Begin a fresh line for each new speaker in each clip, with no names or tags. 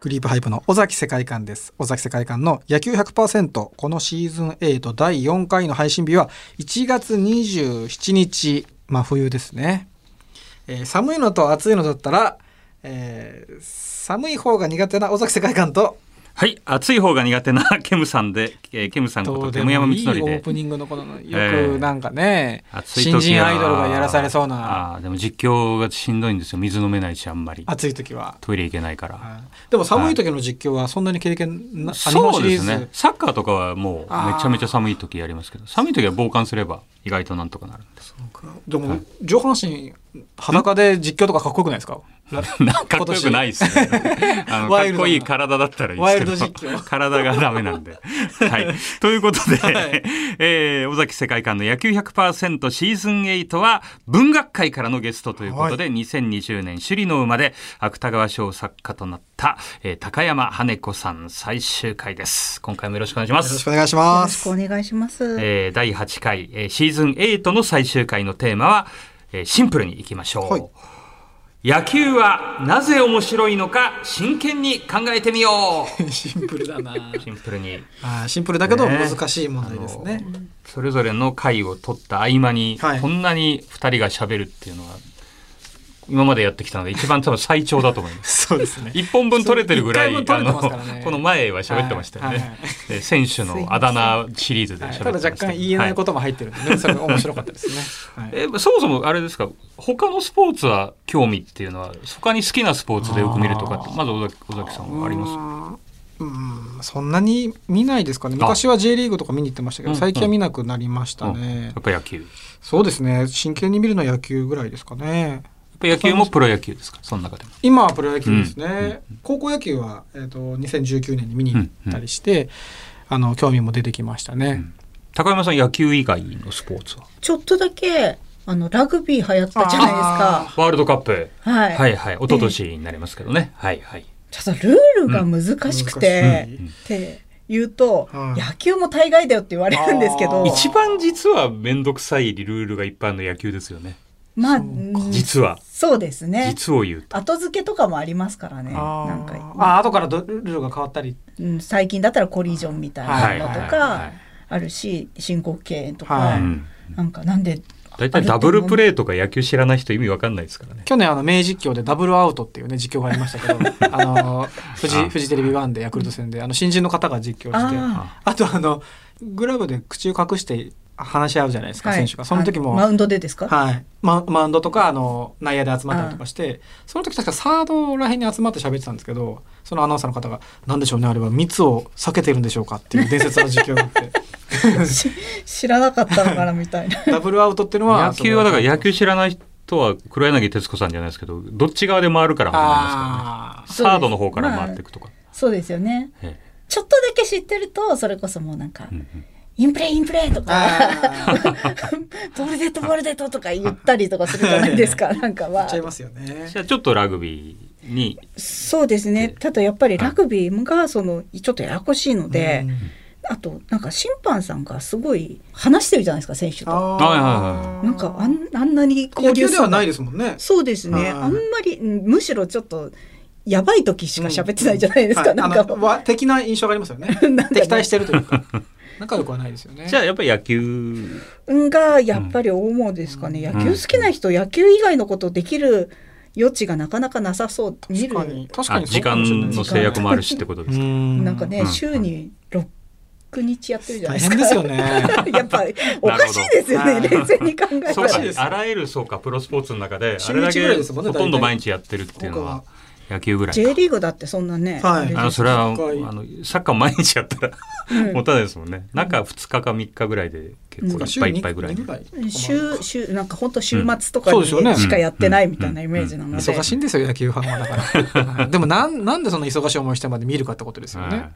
グリープハイプの尾崎世界観です。尾崎世界観の野球100%、このシーズン8第4回の配信日は1月27日、まあ冬ですね。えー寒いのと暑いのだったら、えー寒い方が苦手な尾崎世界観と、
はい、暑い方が苦手な ケムさんで、えーケムさんこ
どう
と
で
ケ
も
ム山道
いいオ
則
ー
で。
プニングのこの、よ
え
く
え
なんかね、
暑い時
新人
は
アイドルがやらされそうな
ああー、でも実況がしんどいんですよ。水飲めないし、あんまり。
暑い時は。
トイレ行けないから。
でも寒い時の実況はそんなに経験な、アニモ
そ
シ
う
リ
で
ー
す
ズ、
ね。サッカーとかはもうめちゃめちゃ寒い時やりますけど、寒い時は防寒すれば意外となんとかなるんです。
でも、上半身裸で実況とか かっこよくないですかラ
なんかかっこよくないですね。あの
ワ
か
イ
っ
ルドな
こいい体だったらいいですけど、
ワイルド実況
体がダメなんで。はい。ということで、
はい
えー尾崎世界観の野球100%シーズン8は文学界からのゲストということで、2020年首里の馬で芥川賞作家となった、えー高山羽子さん最終回です。今回もよろしくお願いしま
よろし
す
く。お願いし
よ
ま
ろしく
す
お。願いします。
えー第8回、えーシーズン8の最終回のテーマは、えーシンプルにいきましょう、
はい
野球はなぜ面白いのか真剣に考えてみよ
シンプルだな
うシンプルに
あーシンプルだけど
ね
難しい問題ですね。
それぞれの回を取った合間に、
はい
こんなに2人がしゃべるっていうのは今までやってきたので一番多分最長だと思い ま す
そうですね。
1本分取れてるぐらい
一回分取れてますからね
あのこの前は喋ってましたよ
はいはい
ね、えー選手のあだ名シリーズで喋って
た
ま
だ
した
若干言えないことも入ってるんでね、それ面白かったですね。 はい
えそもそもあれですか他のスポーツは興味っていうのは他に好きなスポーツでよく見るとかってまず尾崎尾崎さんはあります
うんそんなに見ないですかね。昔は J リーグとか見に行ってましたけど、
うん
最近は見なくなりました
うんや
ね
っ。ぱ野球やっ
そうですね。真剣に見るのは野球ぐらいですかね。
ぱ野球もプロ野球ですかその中でも
今はプロ野球ですね、高校野球は、えー、と2019年に見に行ったりして、あの興味も出てきましたね、
ん高山さん野球以外のスポーツは
ちょっとだけ、あの、ラグビー流行ったじゃないですか。
ワールドカップ
はい。
はいはい一昨年になりますけどねはいはい
ちょっとルールが難しくて、
うん難
って言うと、
うん
野球も大概だよって言われるんですけ
あ
ど、
ー
一番実は面倒くさいルールがいっぱいあるの野球ですよね
まあ、
そうか
うん
実は
そうですね。
実を言うと
後付けとかもありますからね。
あ
なん
ー
か、
あ後からどルールが変わったり
うん、最近だったらコリジョンみたいなのと
はいはいは
か
い、
あるし、申告敬遠と
は
か
い、
なんかなんで、
大体ダブルプレーとか野球知らない人意味わかんないですからね
去年あの名実況でダブルアウトっていうね実況がありましたけどあのフジ
あ
フジテレビ1でヤクルト戦であの新人の方が実況してあ
あ
とあのグラブで口を隠して話し合うじゃないです
あ、
か、選手がその時
あ
も
マウンドでですか
はい、ママウンドとかあの内野で集まったりとかしてその時確かサードらへんに集まって喋ってたんですけどそのアナウンサーの方が「何でしょうねあれは密を避けてるんでしょうか」っていう伝説の実況があって
し知らなかったのかなみた いな
ダブルアウトっていうのは
野球はだから野
球
球知らない人は黒柳徹子さんじゃないですけどどっち側で回るから始まりますからね
ああ
サードの方から回っていくとか、
そうですよね
え
ちょっとだけ知ってるとそれこそもうなんか、
えうんうん
インプレーインプレーとか
あ ー
ボールデッドボールデッドとか言ったりとかするじゃないです かなんか
言
は
っちゃいますよね
じゃあちょっとラグビーに
そうですねただやっぱりラグビーがそのちょっとややこしいので、
うん
あとなんか審判さんがすごい話してるじゃないですか選手と
あー
はいはいはい
なんかあんあんなに
野球ではない
い
ですもんね
そうですね
うん
あんまりうんむしろちょっとやばい時しか喋ってないじゃないですか、
うんは
ないんか
あのわ的な印象がありますよ ね
なんかね
敵対してるというか仲良くはないですよね
じゃあやっぱり野球
がやっぱり大物ですかね、
うん
野球好きな人、野球以外のことできる余地がなかなかなさそう見
確
る
かに確か
あ
に
時間の制約もあるしってことですか、
な
なんかね、
うん
週に6日やってるじゃな
大
いで
変
すか。
ですよね
やっ ぱりおかしいですよね
なるほど
冷静に考え た
そう
おか
か
しいです
あらゆるそうかプロスポーツの中で
週
あれだ
一
け
ぐらいですも
ほ
んね
とんど
大体
毎日やってるっていうのは野球ぐらい
J
か
リーグだってそんな
は
ね、
い
あれです
あのそれはあ
深い
のサッカー毎日やったら持たないですもんね中2日か3日ぐらいで結構いっぱいいっぱいぐらい、
週週なんか本当週末とか
うんそうですよね
にしかやってないみたいなイメージなので、
忙しいんですよ野球ファンはだから でもなんなんでそんな忙しい思いしてまで見るかってことですよね、
はい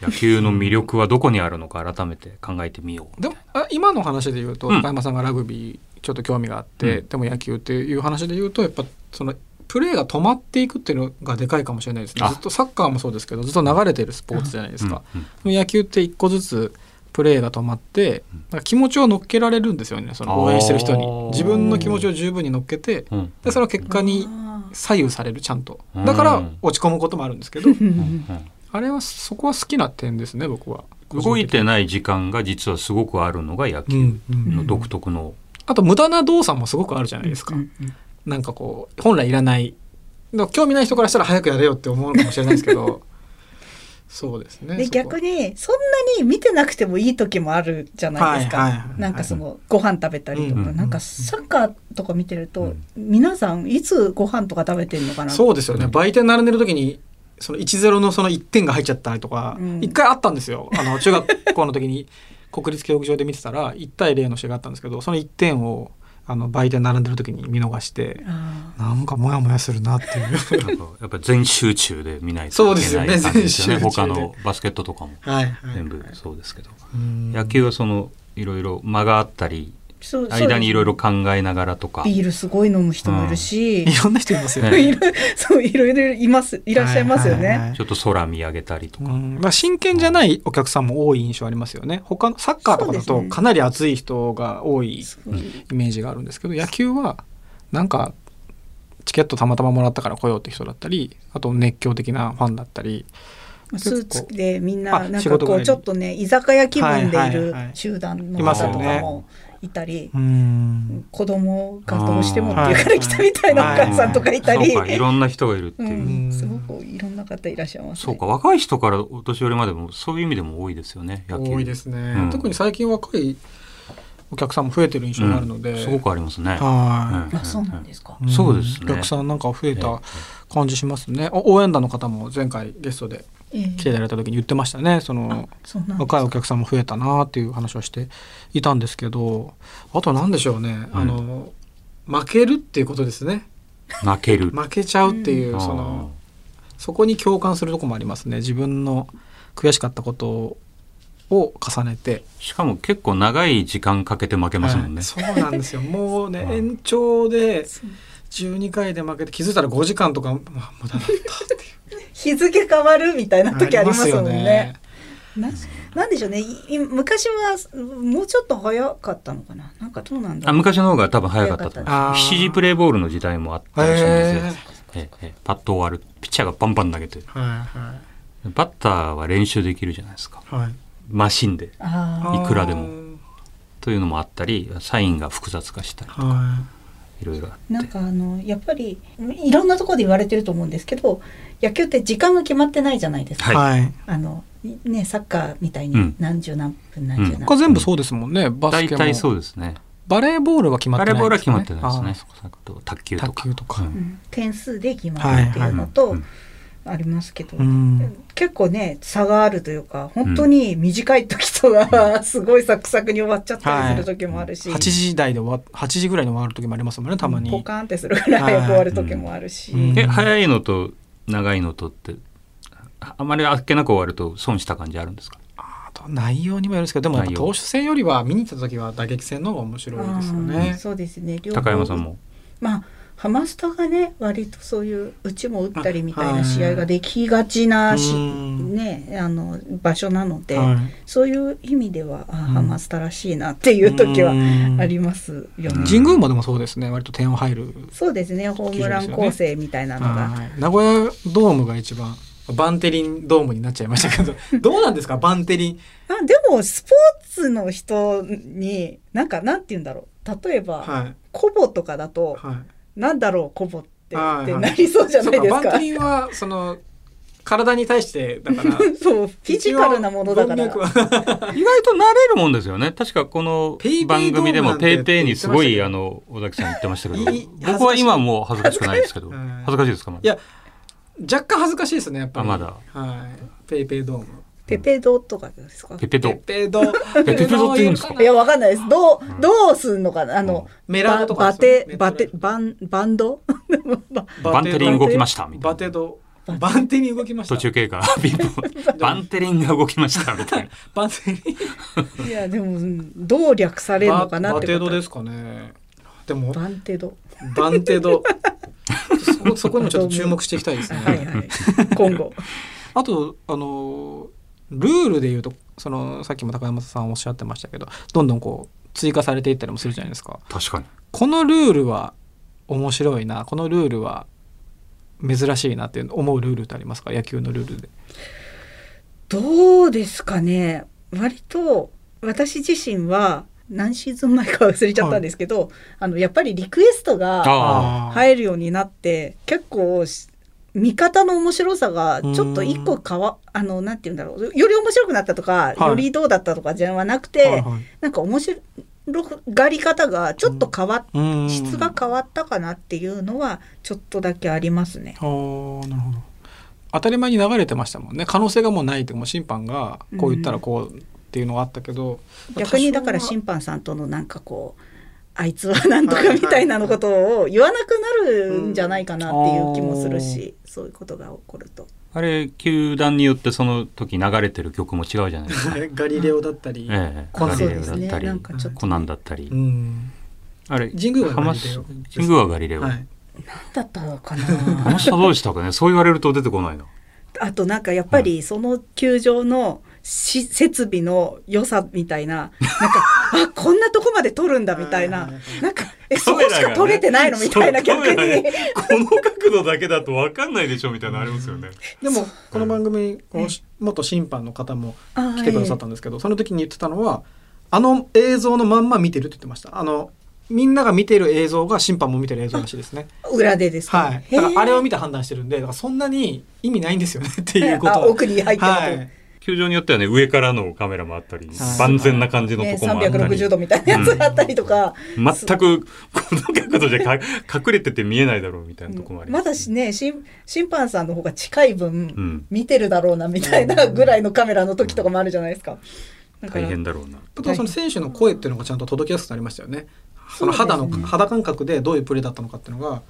野球の魅力はどこにあるのか改めて考えてみよう。
でもあ今の話で言うと
うん
高山さんがラグビーちょっと興味があって、
う
でも野球っていう話で言うとやっぱそのプレーが止まっていくっていうのがでかいかもしれないですね
あ
ずっとサッカーもそうですけどずっと流れてるスポーツじゃないですか、
うんうん
野球って一個ずつプレーが止まって
うん
なんか気持ちを乗っけられるんですよねその応援してる人に
あー
自分の気持ちを十分に乗っけて
うん
でその結果に
あ
左右されるちゃんとだから
うん
落ち込むこともあるんですけど、
うん
あれはそこは好きな点ですね僕は
動いて
い、
ない時間が実はすごくあるのが野
う
球
んうん
の独特の、
あと無駄な動作もすごくあるじゃないですか、
うん
なんかこう本来いらないだから興味ない人からしたら早くやれよって思うのかもしれないですけ どそうですね
で
そこは
逆にそんなに見てなくてもいい時もあるじゃないですか、
はいはいはい
なんかそのご飯食べたりとか、
うん
なんかサッカーとか見てると、
うん
皆さんいつご飯とか食べてるのかな
そうですよね
うん
売店並んでる時にその1-0のその1点が入っちゃったりとか、
うん
一回あったんですよあ の中学校の時に国立競技場で見てたら1対0の試合があったんですけどその1点をあの売店並んでる時に見逃して
あ
なんかモヤモヤするなって いう
なんかやっぱ全集中で見ないといけない
そう
感じ
で
ですす
よ
よ
ね全集
ね
中
他
で
のバスケットとかも
はいはい
全部そうですけど、
うん
野球はそのいろいろ間があったり
ーそうそうです
間にいろいろ考えながらとか
ビールすごい飲む人もいるし、
いろんな人いますよね
ね
いろ そういろいろいますいらっしゃいますよね、
ははは
ちょっと空見上げたりとか、
うんまあ、真剣じゃないお客さんも多い印象ありますよね他のサッカーとかだ
そう
と
ですね
かなり熱い人が多い
すごい
イメージがあるんですけど野球はなんかチケットたまたまもらったから来ようって人だったりあと熱狂的なファンだったり
まあスーツでみん
あ
ななん
仕
か
事
こ
帰
う
り
ちょっとね居酒屋気分でい
はい
る
はいはい
集団の
いま
す
方
よ
とか
ね
もいたり
うん
子供がどうしてもっていうから来たみたいなお
はい
母さんとかいた
うん
り、
そうかいろんな人がいるって
う
いう、
ん、すごくいろんな方いらっしゃいます、ね。
そうか若い人からお年寄りまでもそういう意味でも多いですよね野球
多いですね、
うん
特に最近若いお客さんも増えてる印象があるので、
うんすごくありますね、
は
あ、そうなんですか
い、。
んそうですね
お客さんなんか増え
え
た感じしますね、お応援団の方も前回ゲストで
ええ
来ていただいた時に言ってましたねそ
あ
の、
そうなんです
若いお
か。
客さんも増えたなっていう話をしていたんですけどあと何でしょうね、
うん
あの負けるっていうことですね
泣ける、
負けちゃうっていう、
あー
そのそこに共感するとこもありますね自分の悔しかったことを重ねて
しかも結構長い時間かけて負けますもんね、
はいそうなんです よもうね
うん
延長で
そう
12回で負けて気づいたら5時間とか、まあ、無駄だったっていう
日付変わるみたいな時ありますもんね。ななんでしょうね。いい昔はもうちょっと早かったのかな。なんかどうなんだ
あ
ろう。
昔の方が多分早かったと
早
思い
かった
ま
です
す
あー
7時プレーボールの時代もあったらしいんですよ
へー、
ええええパッと終わるピッチャーがバンバン投げて
はいは
バッターは練習できるじゃないですか
いはい
マシンで
あ
いくらでも
あー
というのもあったりサインが複雑化したり
はい
ろいろあ
あ、な
っ
ん
て
かあのやっぱりいろんなところで言われてると思うんですけど、野球って時間が決まってないじゃないですか。
い、
はい
はい、
あのねサッカーみたいうに
ん
何十何分何十何分。
他全部そうですもんねバス
大
ケも
体そうですね
バレーボールは決まっ
バ
てな
レ
いん
ーボールは決まってないです
あ
ね
ー
あと卓球と
卓
か
球とか
うん
うん点数で決まるっていうの
はい
と
はい
ありますけど、
うん
結構ね差があるというか本当に短い時とか すごいサクサクに終わっちゃったりする時もあるし、
8時台で終わ八時ぐらいに終わる時もありますもんねたまに
ポカーンってするぐらい早く終わる時もあるし、
はいうん
え早いのと長いのとってああまりあっけなく終わると損した感じあるんですか
あと内容にもよるんですけどでもやっぱ
内容
投手戦よりは見に行った時は打撃戦の方が面白いですよ
あー
ね。
そうですね両方
高山さんも
まあハマスタがね割とそういううちも打ったりみたいな試合ができがちなし、
うん
ね、あの場所なので、
は
そういう意味ではあーハマスタらしいなっていう時は
うん
ありますよね。
神宮もでもそうですね割と点を入る、
そうですね、ホームラン構成みたいなのが。
はい名古屋ドームが一番バンテリンドームになっちゃいました けどどうなんですかバンテリン
あでも、スポーツの人に、なんか、なんて言うんだろう。例えば、
はい
コボとかだと、
はい
なんだろう、コボって、
はい
ってなりそうじゃない
そう
です
かバン
か
テ。リンはその体に対してだから
そう、フィジカルなものだから。
一応文脈は
意外と慣れるもんですよね確かこの
ペイペイ
番組で
ドーム
も
なんて
ペイペイにす
言
ご
って
い
ま
あの尾崎さん言ってましたけ
いい
ど僕は今もう恥ずかしくないですけど
恥ずかしい
恥ずかしいですかまだ
いや若干恥ずかしいですねやっぱり
あまだ
はいペイペイドーム
ペペドとかですか
ペ
ペ
ペド
イペイドーム
ペイペイドームって言うんですか
いや、わかんないです。どう、どうすんのかなあの、
メラードとか
バ
ですよ
テ
ね、
バテ、バン、バンド バ
バンテリン動きましたみた
バ
い
テ
な
ドバンテリン動きました
途中経過ピンポンバンテリンが動きましたみたいな
バンテリン
いや、でも、うんどう略されるのかな
バ
って
テ
こと。
ドですかねでも
バンテド。
バンテドそこそこにもちょっと注目していきたいですね、
はいはい。今後。
あとあのルールで言うとそのさっきも高山さんおっしゃってましたけどどんどんこう追加されていったりもするじゃないですか
確かに
このルールは面白いなこのルールは珍しいなって思うルールってありますか野球のルールで。
どうですかね割と私自身は何シーズン前か忘れちゃったんですけど、あのやっぱりリクエスト
あ
が入るようになって結構し見方の面白さがちょっと一個かわあのなんて言うんだろうより面白くなったとか、
はい
よりどうだったとかじゃなくて、
はいはい
なんか面白がり方がちょっと変わっ、
うん
質が変わったかなっていうのはちょっとだけありますね。
あーなるほど当たり前に流れてましたもんね可能性がもうないってもう審判がこう言ったらこうっていうのがあったけど、
逆にだから審判さんとのなんかこうあいつはなんとかみたいなのことを言わなくなるんじゃないかなっていう気もするし、そういうことが起こると。
あれ球団によってその時流れてる曲も違うじゃ ないですか。
ガリレオだったり
ええ、
コナン
ガリレオだっ
そうです
た
ね
り、
なんかちょっと
コナンだったり、
うん、
あれ
神宮はガリレオ
ハマス神宮はガリレオ。
はい、
だったのか
ハマ
な
スタどうでしたかね。そう言われると出てこないな。
あとなんかやっぱりその球場のし設備の良さみたいななんかあこんなとこまで撮るんだみたいななんかえそこしか撮れてないのみたいな
そう
逆
カメラ
に
が。ねこの角度だけだとわかんないでしょみたいなのありますよね。
でもこの番組このし元審判の方も
あ
来てくださったんですけどその時に言ってたのはあの映像のまんま見てるって言ってましたあのみんなが見てる映像が審判も見てる映像らしいですね
ええ裏でですか、
はいだからあれを
見
見て判断してるんでだからそんなに意味ないんですよねっていうこと
あ
は
奥に入ってると、
はい
球場によってはね上からのカメラもあったり
はい、
万全な感じの
ね、
とこもあったり
360、度みたいなやつがあったりとか、
全くこの角度じゃか隠れてて見えないだろうみたいなとこもあり
ますだしね審審判さんの方が近い分、
ん
見てるだろうなみたいなぐらいのカメラの時とかもあるじゃないですか。だか
大
ら
変だろうな。
あとはその選手の声っていうのがちゃんと届きやすくなりましたよね。その
そうで
肌
すね
の肌感覚でどういうプレーだったのかっていうのが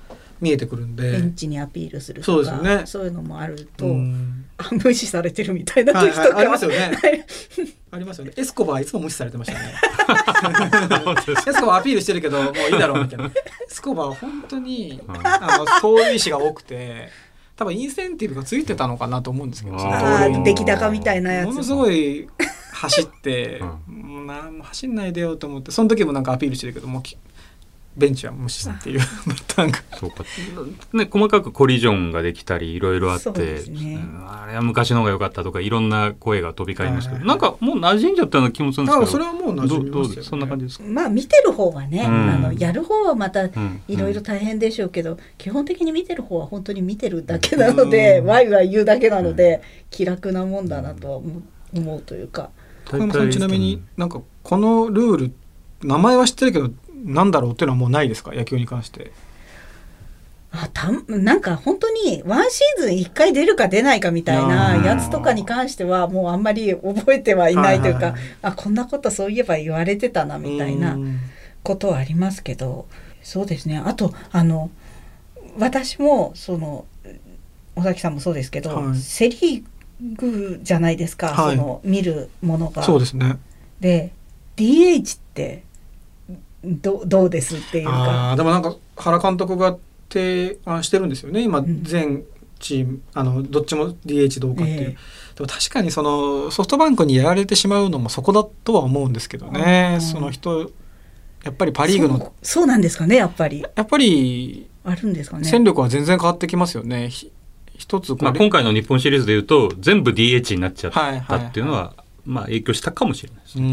見えてくるん
ベ
で
ン。チにアピールする
そう
と
です
か
よ
そう,、
ね
いうのもあると、
うん
あ無視されてるみたいな
はい
時とか、
はいありますよね
はい
ありますよね。エスコバーいつも無視されてましたね。
本当です
エスコバーアピールしてるけどもういいだろうみたいな。エスコバーは本当にあのそういう意思が多くて、多分インセンティブがついてたのかなと思うんですけど。その
あ
通り
ー
に
出来高みたいなや
もの
つ
すごい走って、
う
もうなもう走んないでよと思って、その時もなんかアピールしてるけどもうきベンチは無視って いうパターンが。
そうか。ね、細かくコリジョンができたり、いろいろあって、
そうですね
うんあれは昔の方が良かったとか、いろんな声が飛び交いましたけど、
はいは
ないんかもう馴染んじゃったような気もするんで
だ
す
か
け
ら
ど。
それはもう馴染み
ど
ま
う
すよ、
どう
ね、
そんな感じですか。
まあ見てる方はね、
うん
あのやる方はまた
ん
いろいろ大変でしょうけど、基本的に見てる方は本当に見てるだけなので、
うん
ワイワイ言うだけなので、気楽なもんだなとは思う思うというか。
小山さんちなみになんかこのルール名前は知ってるけどなんだろうっていうのはもうないですか野球に関して
あたんなんか本当にワンシーズン1回出るか出ないかみたいなやつとかに関してはもうあんまり覚えてはいないとい
は
うか、
いはいはい
あこんなことそういえば言われてたなみたいな
うん
ことはありますけどそうですねあとあの私もその尾崎さんもそうですけど、
はい
セ・リーグじゃないですか、
はい
その見るものが。
そうですね
で DH ってどどうですっていうか。
あーでもなんか原監督が提案してるんですよね今
ん
全チームあのどっちも DH どうかっていう、
ええ
でも確かにそのソフトバンクにやられてしまうのもそこだとは思うんですけどね、
うん
その人やっぱりパ・リーグ
そう
の
そうなんですかねやっぱり
やっぱり
あるんですかね。
戦力は全然変わってきますよねひ一つこう
まあ、今回の日本シリーズでいうと、全部 DH になっちゃったっていうのは、まあ、影響したかもしれないですね。
う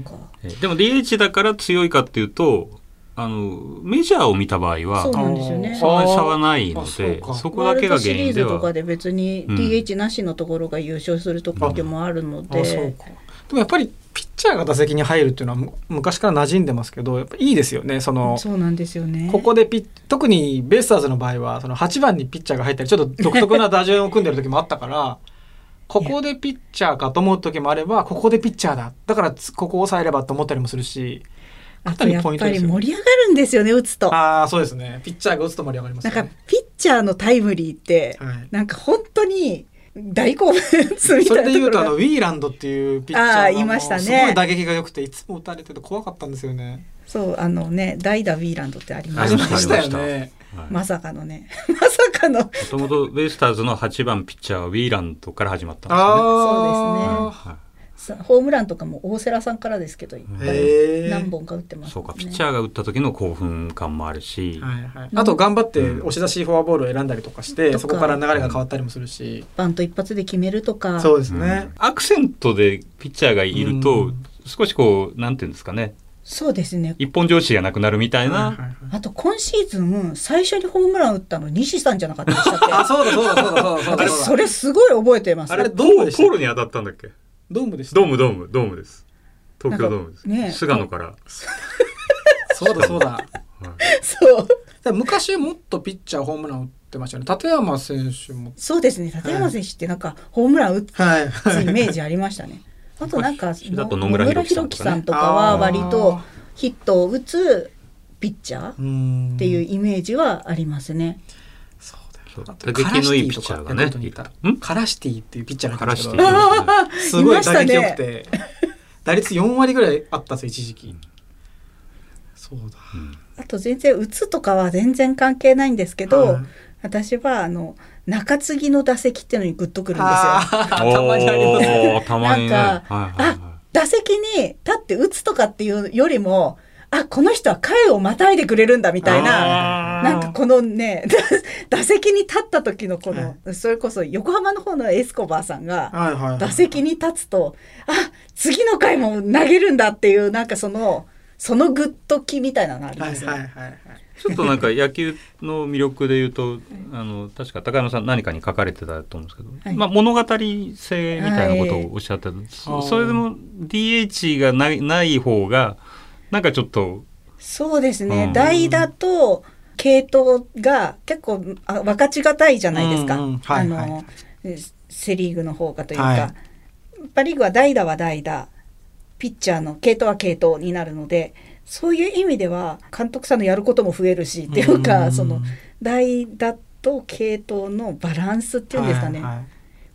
ん
か
えでも DH だから強いかっていうと、あの、メジャーを見た場合は、
そう
そ
なんですよね。
んなに差はないの
あそう
で、
か
そこだけが原因で
ワールドシリーズとか
は。
で別に
うん
DH なしのところが優勝するとこでもあるので、
あそうかでもやっぱりピッチャーが打席に入るっていうのはむ昔から馴染んでますけどやっぱいいですよねその
そうなんですよね。
ここでピッ特にベイスターズの場合はその8番にピッチャーが入ったりちょっと独特な打順を組んでる時もあったから ここでピッチャーかと思う時もあればここでピッチャーだだからつここを抑えればと思ったりもするし
あとやっぱり盛り上がるんですよね打つと。
ああそうですねピッチャーが打つと盛り上がります
なん
よ
か
ね。
ピッチャーのタイムリーって、
はい
なんか本当に大好物み
そ
た
れで
いなと
言
こ
う
ろ
とあの
が
ウィーランドっていうピッチャー
あ
が
ーいましたね
もうすごい打撃が良くていつも打たれてて怖かったんですよね。
そうあのね代打ウィーランドってあり
あ
ま
あ
し
り
た
ま
ね。
したよね。
はい
まさかのね まさかの
もともとベイスターズの8番ピッチャーはウィーランドから始まったんですよ
あ
ね。
あ
ー
はい
さホームランとかも大瀬良さんからですけど、
へえ
何本か打ってます、ね、
そうか、ピッチャーが打った時の興奮感もあるし、
はいはい、あと頑張って押し出しフォアボールを選んだりとかして、
とか
そこから流れが変わったりもするし、
バント一発で決めるとか
そうですね、
アクセントでピッチャーがいると、
うん
少しこう、なんていうんですかね、
そうですね
一本上司がなくなるみたい
はいはい
な、
はい
あと今シーズン最初にホームラン打ったの西さんじゃなかったでしたっけ
あそうだそうだそうだそうだそうだ
私
そ
そう
だ
れすごい覚えてます
あれ
ポ
ドームでした
ールに当たったんだっけ
ドームでした
ドーム、ドーム、ドームです。東京ドームです。
なんかね
菅野から。
そうだそう だ
はい
そう
だから昔もっとピッチャーホームラン打ってましたよね立山選手も
そうですね立山選手ってなんかホームラン打つ
はい
イメージありまし たねあとなんか
昔だと野村
野
弘樹さんとかね
弘樹さんとかは割とヒットを打つピッチャーっ
ん
ていうイメージはありますね、
そう
そう
だよ
打撃のいいピッチャーがね
カラシティとかヤクルトにいた
ん
カラシティっていうピッチャーがい
カ
たん
ラ
です
シテ
けどす
ィ。は
ごい
まし
打
た
撃良
ね
くて打率4割ぐらいあったんですよ一時期そうだ
あと全然打つとかは全然関係ないんですけど、
はい
私はあの中継ぎの打席っていうのにグッとくるんですよ。
あー たまにありますね
おーたまにね。
なんか
はいはいはい
打席に立って打つとかっていうよりもあこの人は回をまたいでくれるんだみたい
あ
な。
ー
なんかこのね 打席に立った時のこの、それこそ横浜の方のエスコバーさんが
はいはいはい
打席に立つとあ次の回も投げるんだっていうなんかそのそのグッときみたいなのがあり
はい
ま
はい
すね。
はいはい
ちょっとなんか野球の魅力で言うと、あの確か高山さん何かに書かれてたと思うんですけど、
はい
まあ物語性みたいなことをおっしゃってた、そそれでも DH がないない方がなんかちょっと
そうですね、
うん
代打と系統が結構あ分かちがたいじゃないですか、
うんうんはいはい
あのえセ・リーグの方がというか、
はい
パ・リーグは代打は代打ピッチャーの系統は系統になるのでそういう意味では監督さんのやることも増えるしっていうか、
うん
その代打と系統のバランスっていうんですかね、
はいはい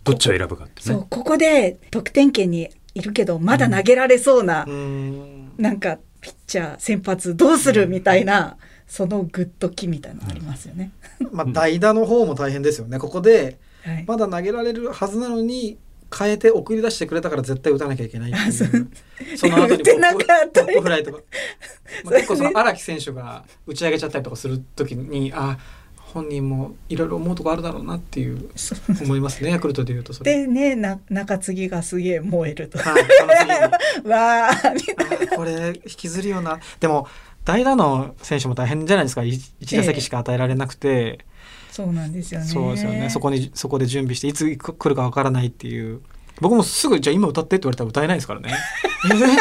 どっちを選ぶかって
そ
ね
うここで得点圏にいるけどまだ投げられそうな、
うーん
なんかピッチャー先発どうするみたいな、そのグッときみたいなのありますよね。
まあ代打の方も大変ですよねここで
はい、
まだ投げられるはずなのに変えて送り出してくれたから絶対打たなきゃいけないっていうその後に
打てなかった
ポップポップフライとか、まあ、結構そ
そう
の
ね
荒木選手が打ち上げちゃったりとかする時にあ本人もいろいろ思うとこあるだろうなっていう
そう
思いますねヤクルトでいうとそれ。
でねな中継ぎがすげえ燃えると。
はいあの次に
わあみたい
あー これ引きずるよなでも代打の選手も大変じゃないですか1打席しか与えられなくて、
そうなんですよね。
そうですよねそこにそこで準備していつ来るかわからないっていう僕もすぐじゃあ今歌ってって言われたら歌えないですからね ええと思って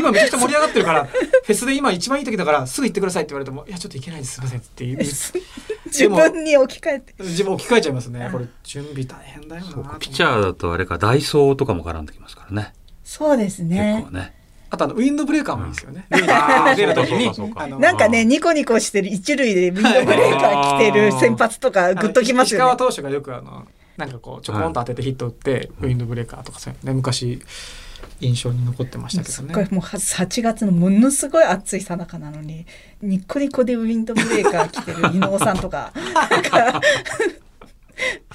今めちゃくちゃ盛り上がってるからフェスで今一番いい時だからすぐ行ってくださいって言われてもいやちょっと行けないですすいませんって言う
自分に置き換えて。
自分置き換えちゃいますねこれ準備大変だよな
そう
と思
か
って
ピッチャーだとあれかダイソーとかも絡んできますからね
そうです
結
ね
構。ね
あとあのウィンドブレーカーもいいですよね、
あー
出る時に
そうかそうかそうか
あの
なんかねニコニコしてる一塁でウィンドブレーカー来てる先発とかグッときます
あの石
よ
川
ね。
投手がよくあのなんかこうちょこんと当ててヒット打って、ウィンドブレーカーとかそういうのね昔印象に残ってましたけ
す
ど
っ
ね。
ごいもうは8月のものすごい暑いさなかなのにニッコニコでウィンドブレーカー着てる伊能さんとかなんか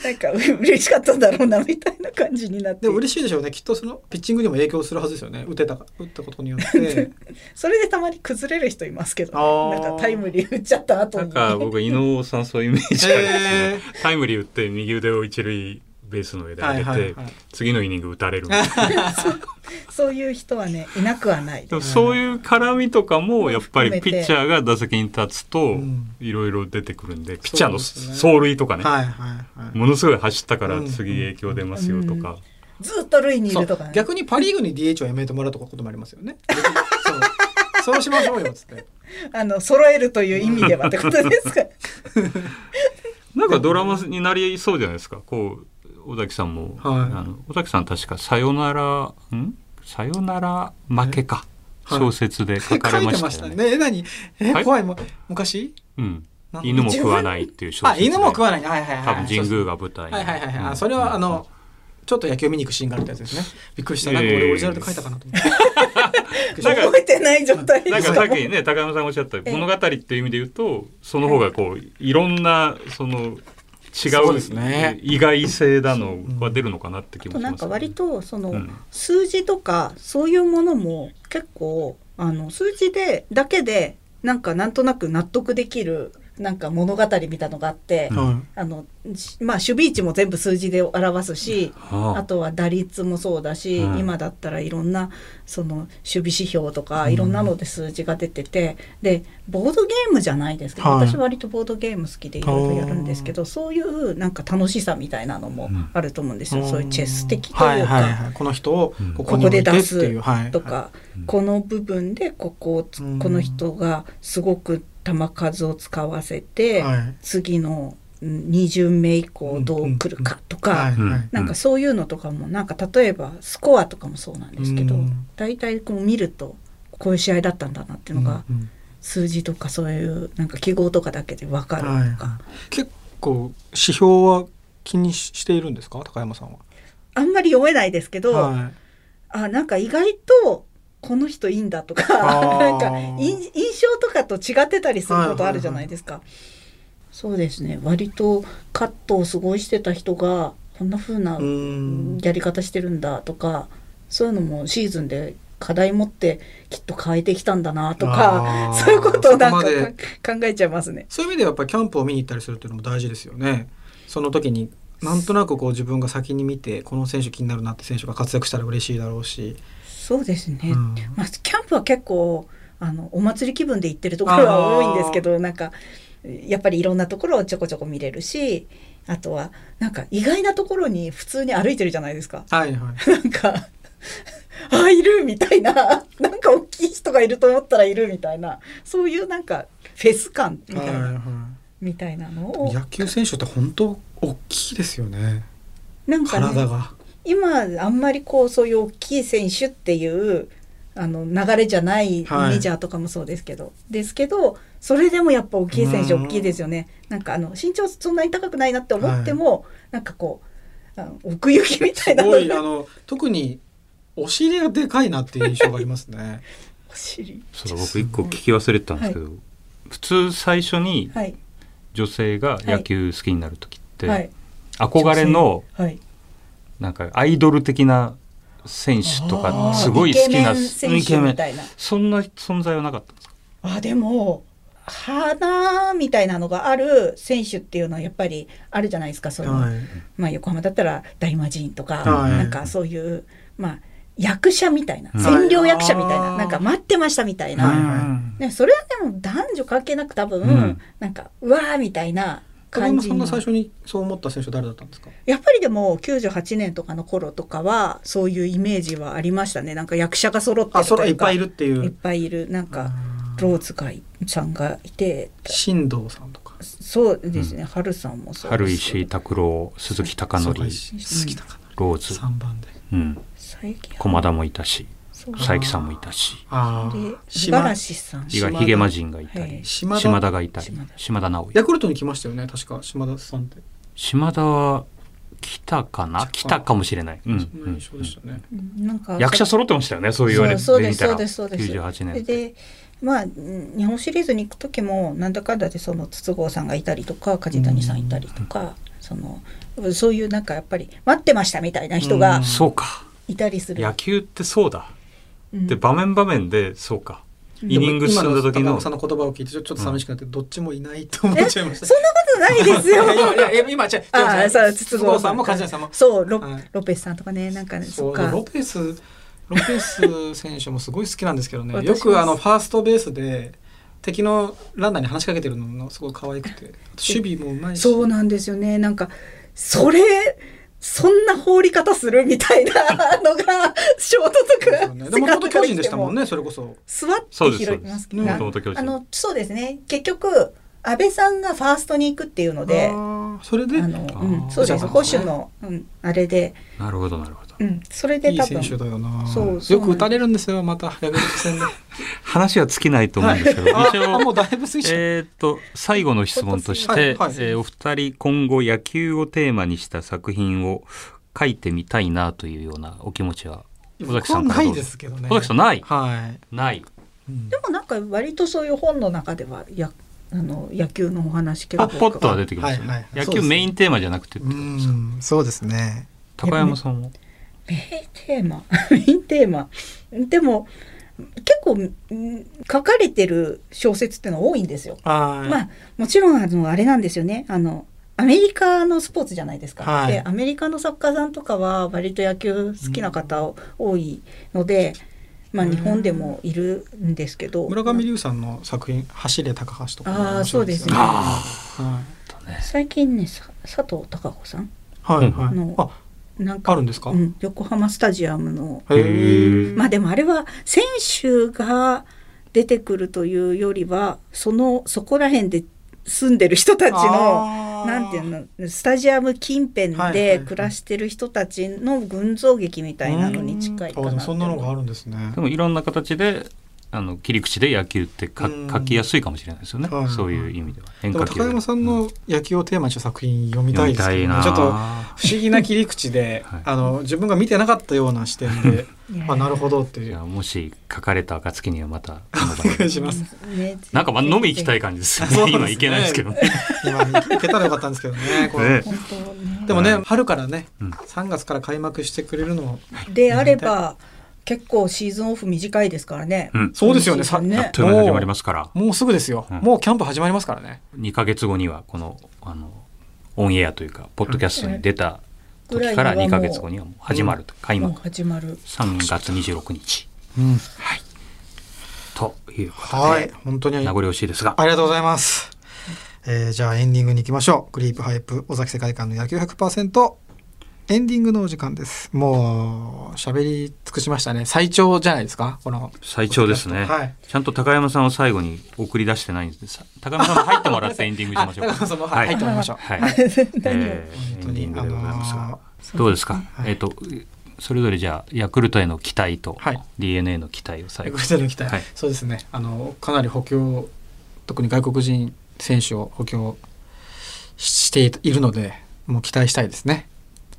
なんかう嬉しかったんだろうなみたいな感じになって
でも嬉しいでしょうねきっとそのピッチングにも影響するはずですよね打てたか打ったことによって
それでたまに崩れる人いますけど、
あー
なんかタイムリー打っちゃった後
なん
に
か僕伊能さんそういうイメージあります
へ
ね、タイムリー打って右腕を一塁ベースの上で上げて、
はいはいはい
次のイニング打たれるみたいな
そういう人はねいなくはない
でもそういう絡みとかもやっぱりピッチャーが打席に立つと
ん
いろいろ出てくるんで、ピッチャーの
そうですね
走塁とかね
はいはいはい。
ものすごい走ったから
うん
次影響出ますよとか、
ずっと塁にい
そ
る
う
とか、ね、
逆にパ・リーグに DH をやめてもらうとかこともありますよね。そうそうしましょうよっつって。
あの揃えるという意味ではってことですか
なんかドラマになりそうじゃないですかこう尾崎さんも、
はい
あの尾崎さん確か「さよなら」ん「さよなら負けか」
はい
小説で書かれ
書い
ま
て
し
ま
た
した
よね。
ね。え何え、
はい
怖いもん昔
うん
なんだ
犬も食わないっていう小
あ
説で
犬も食わないねはいはいはい。
多分神宮が舞台
はいはいはいはい、
う
あ
ん
それはあの、ちょっと野球見に行くシーンがあるってやつですねびっくりしたなんか
いやい
俺
やいや
オリジナルで書いたかなと思って
なんか
覚えてない状態で
なん
す
か
よ
さっきね高山さんがおっしゃった物語っていう意味で言うとその方がこういろんなその違
そう
う
ですね
意外性だのが出るのかなって気
あ
も
と
します、ね。
なんか割とその
うん
数字とかそういうものも結構あの数字でだけでなんかなんとなく納得できるなんか物語みたいのがあって、
うん
は
あのしまあ守備位置も全部数字で表すし、
あ
あとは打率もそうだし、
うん
今だったらいろんなその守備指標と
う
か
ん
いろんなので数字が出てて、でボードゲームじゃないですけど、
はい
私割とボードゲーム好きでいろいろやるんですけどそういうなんか楽しさみたいなのもあると思うんですよ、
ん
そういうチェス的というか。
はいはいはい、この人を
うん
ここ
こ
に
こ
置
で
いて
出
って
す
いう、はい、
とか、
うん
この部分でここをつ
うん
この人がすごく球数を使わせて、
はい
次のうん2巡目以降どう来るかとか、
はい
うん
はい
なんかそういうのとかもなんか例えばスコアとかもそうなんですけど
うん
大体こう見るとこういう試合だったんだなっていうのが
うんうん
数字とかそういうなんか記号とかだけで分かると
はい
か
結構指標は気にししているんですか高山さんは。
あんまり読めないですけど、
はい
あなんか意外とこの人いいんだとか
あー
なんか印印象とかと違ってたりすることあるじゃないですか。そうですね割とカットをすごいしてた人がこんな風な
うん
やり方してるんだとかそういうのもシーズンで課題持ってきっと変えてきたんだなと
あ
か
ー
そういうことをなんか
そこまで
か考えちゃいますね。
そういう意味ではやっぱりキャンプを見に行ったりするっていうのも大事ですよね。その時になんとなくこう自分が先に見てこの選手気になるなって選手が活躍したら嬉しいだろうし、
そうですね、
うん
まあ、キャンプは結構あのお祭り気分で行ってるところは多いんですけどなんかやっぱりいろんなところをちょこちょこ見れるしあとはなんか意外なところに普通に歩いてるじゃないですか。
はいはい、
なんかあいるみたいな なんか大きい人がいると思ったらいるみたいなそういうなんかフェス感みたいな、みたいなのを
野球選手って本当大きいですよね
なんか、ね、
体が。
今あんまりこうそういう大きい選手っていうあの流れじゃないメジ
はい
ャーとかもそうですけど、ですけどそれでもやっぱ大きい選手
うん
大きいですよね。なんかあの身長そんなに高くないなって思っても、なんかこうあの奥行きみた
す
いな
ごいあ
が
の特にお尻がでかいなっていう印象がありますね。
お尻
そうだ僕一個聞き忘れてたんですけど、普通最初に
はい
女性が野球好きになる時って、
はい
憧れの
はい
なんかアイドル的な選手と
あー
かすごい好きな
イケメン選手みたいな
そんな存在はなかったんですか
あでも花みたいなのがある選手っていうのはやっぱりあるじゃないですかそういう、
はい
まあ、横浜だったら大魔神とか、
はい
なんかそういう、まあ、役者みたいな、
うん
占領役者みたい
あ
な、
ー
なんか待ってましたみたいな、
はい
ね、それはでも男女関係なく多分、
うん
なんかうわーみたいな
高
感
山
じ
さんが最初にそう思った選手は誰だったんですか。
やっぱりでも98年とかの頃とかはそういうイメージはありましたねなんか役者が揃って
あ、
ると
そ
いうか
れいっぱいいるってい
いっ
う。
ぱいいるなんかローズがいさんがいて
新藤さんとか。
そうですね、春さんもそう
春
ですけ
石
ど
拓郎鈴木貴
そう
則
か鈴木高典。
ローズ、
三番で。
うん、
最近
駒田もいたし
そう
佐伯さんもいたし
あ
で
あ。
五十嵐さん
ひ
島田
げヒゲマジンがいた
は
り
い
島田
島田がいたり
島田
島田直
ヤ
也
クルトに来ましたよね、確か島田さんって。
島田は来たかな
来
来
たか
たかもしれない、うんう
そんな印
ん
象でしたね。
うんなんか
役者揃ってましたよねそう言われて
そうそうです
みたら
そうですそうです
98年って
でまあうん日本シリーズに行く時もなんだかんだでその筒香さんがいたりとか梶谷さんいたりとか、そのそういうなんかやっぱり待ってましたみたいな人
う
が
ん
そうか
いたりする、
野球ってそうだ
う ん
で場面場面でそうか
うん
イニング進んだ時
今
の
高山さんの言葉を聞いてちょちょっと寂しくなって、どっちもいないと思っちゃいました。
そんなことないですよ
いやいやいや今違う。
ああそう筒
筒
香
香
さ
さん
んも
も梶谷さんも。
そうロ,、
はい
ペスさんとかねなんかね
そ
そうっか
ロペスロペス選手もすごい好きなんですけどね。
私
よ
も
くあのファーストベースで敵のランナーに話しかけてるのもすごい可愛くて、あと守備もうまいし。
そうなんですよね。なんか、それ、そんな放り方するみたい なのが、ショー
そうですよね
トと
で
か、
も元々巨人でしたもん
ね。
ね、それこそ。
座って拾いますけ
そうですそうです元
ど、あ
々巨人
あの、そうですね。結局、安倍さんがファーストに行くっていうので、
あ
あ
ーそれで
の、うん、そう
じゃ
で
あ
す。保守の、うん、あれで、
なるほどなるほど
うん、それで
いい
多
選手
分、
だよな。
そうそう
よく打たれるんですよ、またヤクルト戦で。
話は尽きないと思うんですけど、一
あも
応
うだいぶ過ぎちゃっ
えーっと最後の質問として、
はいはい
えーお二人今後野球をテーマにした作品を書いてみたいなというようなお気持ちは
た。
尾崎さんか
僕はな
らど
いう
ぞ
ですけどね。
尾崎さんない
はい。
ない
うん
でもなんか割とそういう本の中では、や、あの野球のお話結
あ
構
ポッとは出てきましたね、
はいはい
野球メインテーマじゃなくてって
う
ことですか
んそうですね
高山さんも
メインテーマ メインテーマでも結構ん書かれてる小説ってのは多いんですよ。ま
は
あもちろんあのあれなんですよねあのアメリカのスポーツじゃないですか、
はい
でアメリカの作家さんとかは割と野球好きな方多いので、まあ、日本でもいるんですけど
い村上龍さんの作品「走れ高橋」とかも
あ
面
あそ
白
う
い
です
よ
ね
ね
最近ねさ佐藤孝子さん
はいはいは
あ
い
の
あ
なんか
あるんですか
うん、横浜スタジアムの
へー
まあでもあれは選手が出てくるというよりはそのそこら辺で住んでる人たちの
あー
なんていうのスタジアム近
は
辺
いはいはい
で暮らしてる人たちの群像劇みたいなのに近いか
うんあで
な
も
って
そんなのがあるんですね
でもいろんな形であの切り口で野球ってか
うん
書きやすいかもしれないですよね、
はい
そういう意味では
で
変
も
化球
高山さんの野球をテーマにした作品読みたいですけど、ね、ちょっと不思議な切り口で、
はい
あの自分が見てなかったような視点で
いや
あなるほどってい
じゃ
う
あもし書かれた暁にはまた
お願いします
ね
なんかまあ飲み行きたい感じですよね
そうですね
今行けないですけどね
今行けたらよかったんですけどねこれ
ね
本当ね
でもね、
はい
春からね
うん
3月から開幕してくれるのも
であれば結構シーズンオフ短いですからね、
うん
そうですよね
そうですよね
あっという間に始まりますから
もうすぐですよ、
うん
もうキャンプ始まりますからね
2か月後にはこのあのオンエアというかポッドキャストに出た時から
ぐらい
2
には
か
もう
月後にはもう始まると開
もう
幕
始まる
3月26日
うん
ということで、
はい本当に
名残惜しいですが
ありがとうございます。えーじゃあエンディングに行きましょう。グリープハイプ尾崎世界観の野球100%エンディングのお時間です。もう喋り尽くしましたね。最長じゃないですかこの。
最長ですね、
はい
ちゃんと高山さんを最後に送り出してないんです高山さんも入ってもらってエンディングしましょう
あ高山さんも
は
はいい入ってもらいましょう。
はい、
何を
えーエ
本当
ンデ
に
ィングでございますが、
あの
どうですか、
はい
えっ、とそれぞれじゃあヤクルトへの期待と、
はい
DNA の期待を最
ヤク
後
ルトに行きたい
はい
そうですね。あのかなり補強特に外国人選手を補強しているので、もう期待したいですね。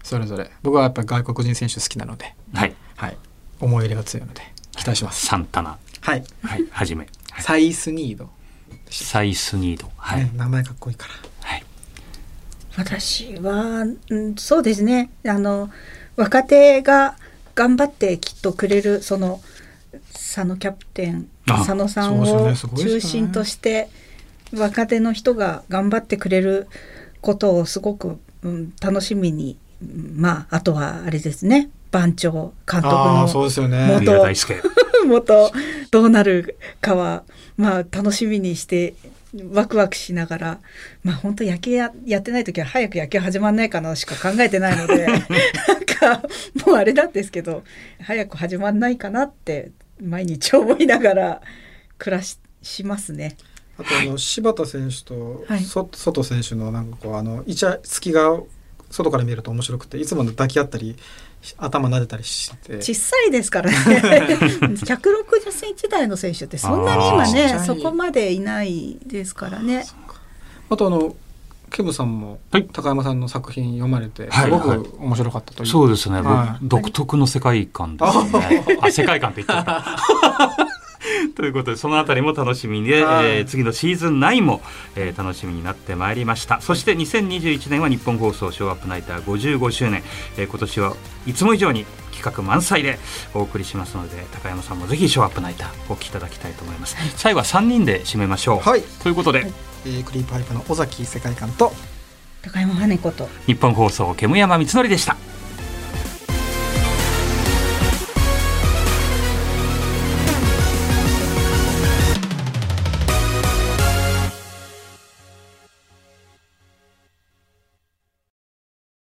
それぞれ。僕はやっぱり外国人選手好きなので、
はい
はい思い入れが強いので期待します。
サンタナ
はい。
はいはじめ、はい
サイスニード。
サイスニードはい、
ね名前かっこいいから。
はい、
私は、うん、そうですねあの若手が頑張ってきっとくれるその佐野キャプテン
あ
佐野さん
そう
を
ですねすごいですね
中心として若手の人が頑張ってくれることをすごく、うん、楽しみに、うんまああとはあれですね番長監督
ああー、
の
そうですよ
も
ね
う。
三浦大輔
元どうなるかはまあ楽しみにしてワクワクしながらまあ本当野球ややってない時は早く野球始まんないかなしか考えてないの でなんかもうあれなんですけど早く始まんないかなって毎日思いながら暮らししますね。
あとあの柴田選手と
はい
そ外選手のなんかこうあのイチャつきが外から見ると面白くていつも抱き合ったりし頭撫でたりして。
小さいですからね 160センチ台の選手ってそんなに今
あ
ね
ー
そこまでいないですからね。
あとあのケムさんも
はい
高山さんの作品読まれて
はい
すごく
はい
面白かったという。
そうですね、僕
は
独特の世界観ですねあ世界観って言っちゃった ということでそのあたりも楽しみで、
はい
えー次のシーズン9も、えー楽しみになってまいりましたそして2021年は日本放送「ショーアップナイター」55周年、えー今年はいつも以上に企画満載でお送りしますので高山さんもぜひ「ショーアップナイター」お聞きいただきたいと思います最後は3人で締めましょう、
はい
ということで、
えークリープハイプの尾崎世界観と
高山羽子と
日本放送煙山光則でした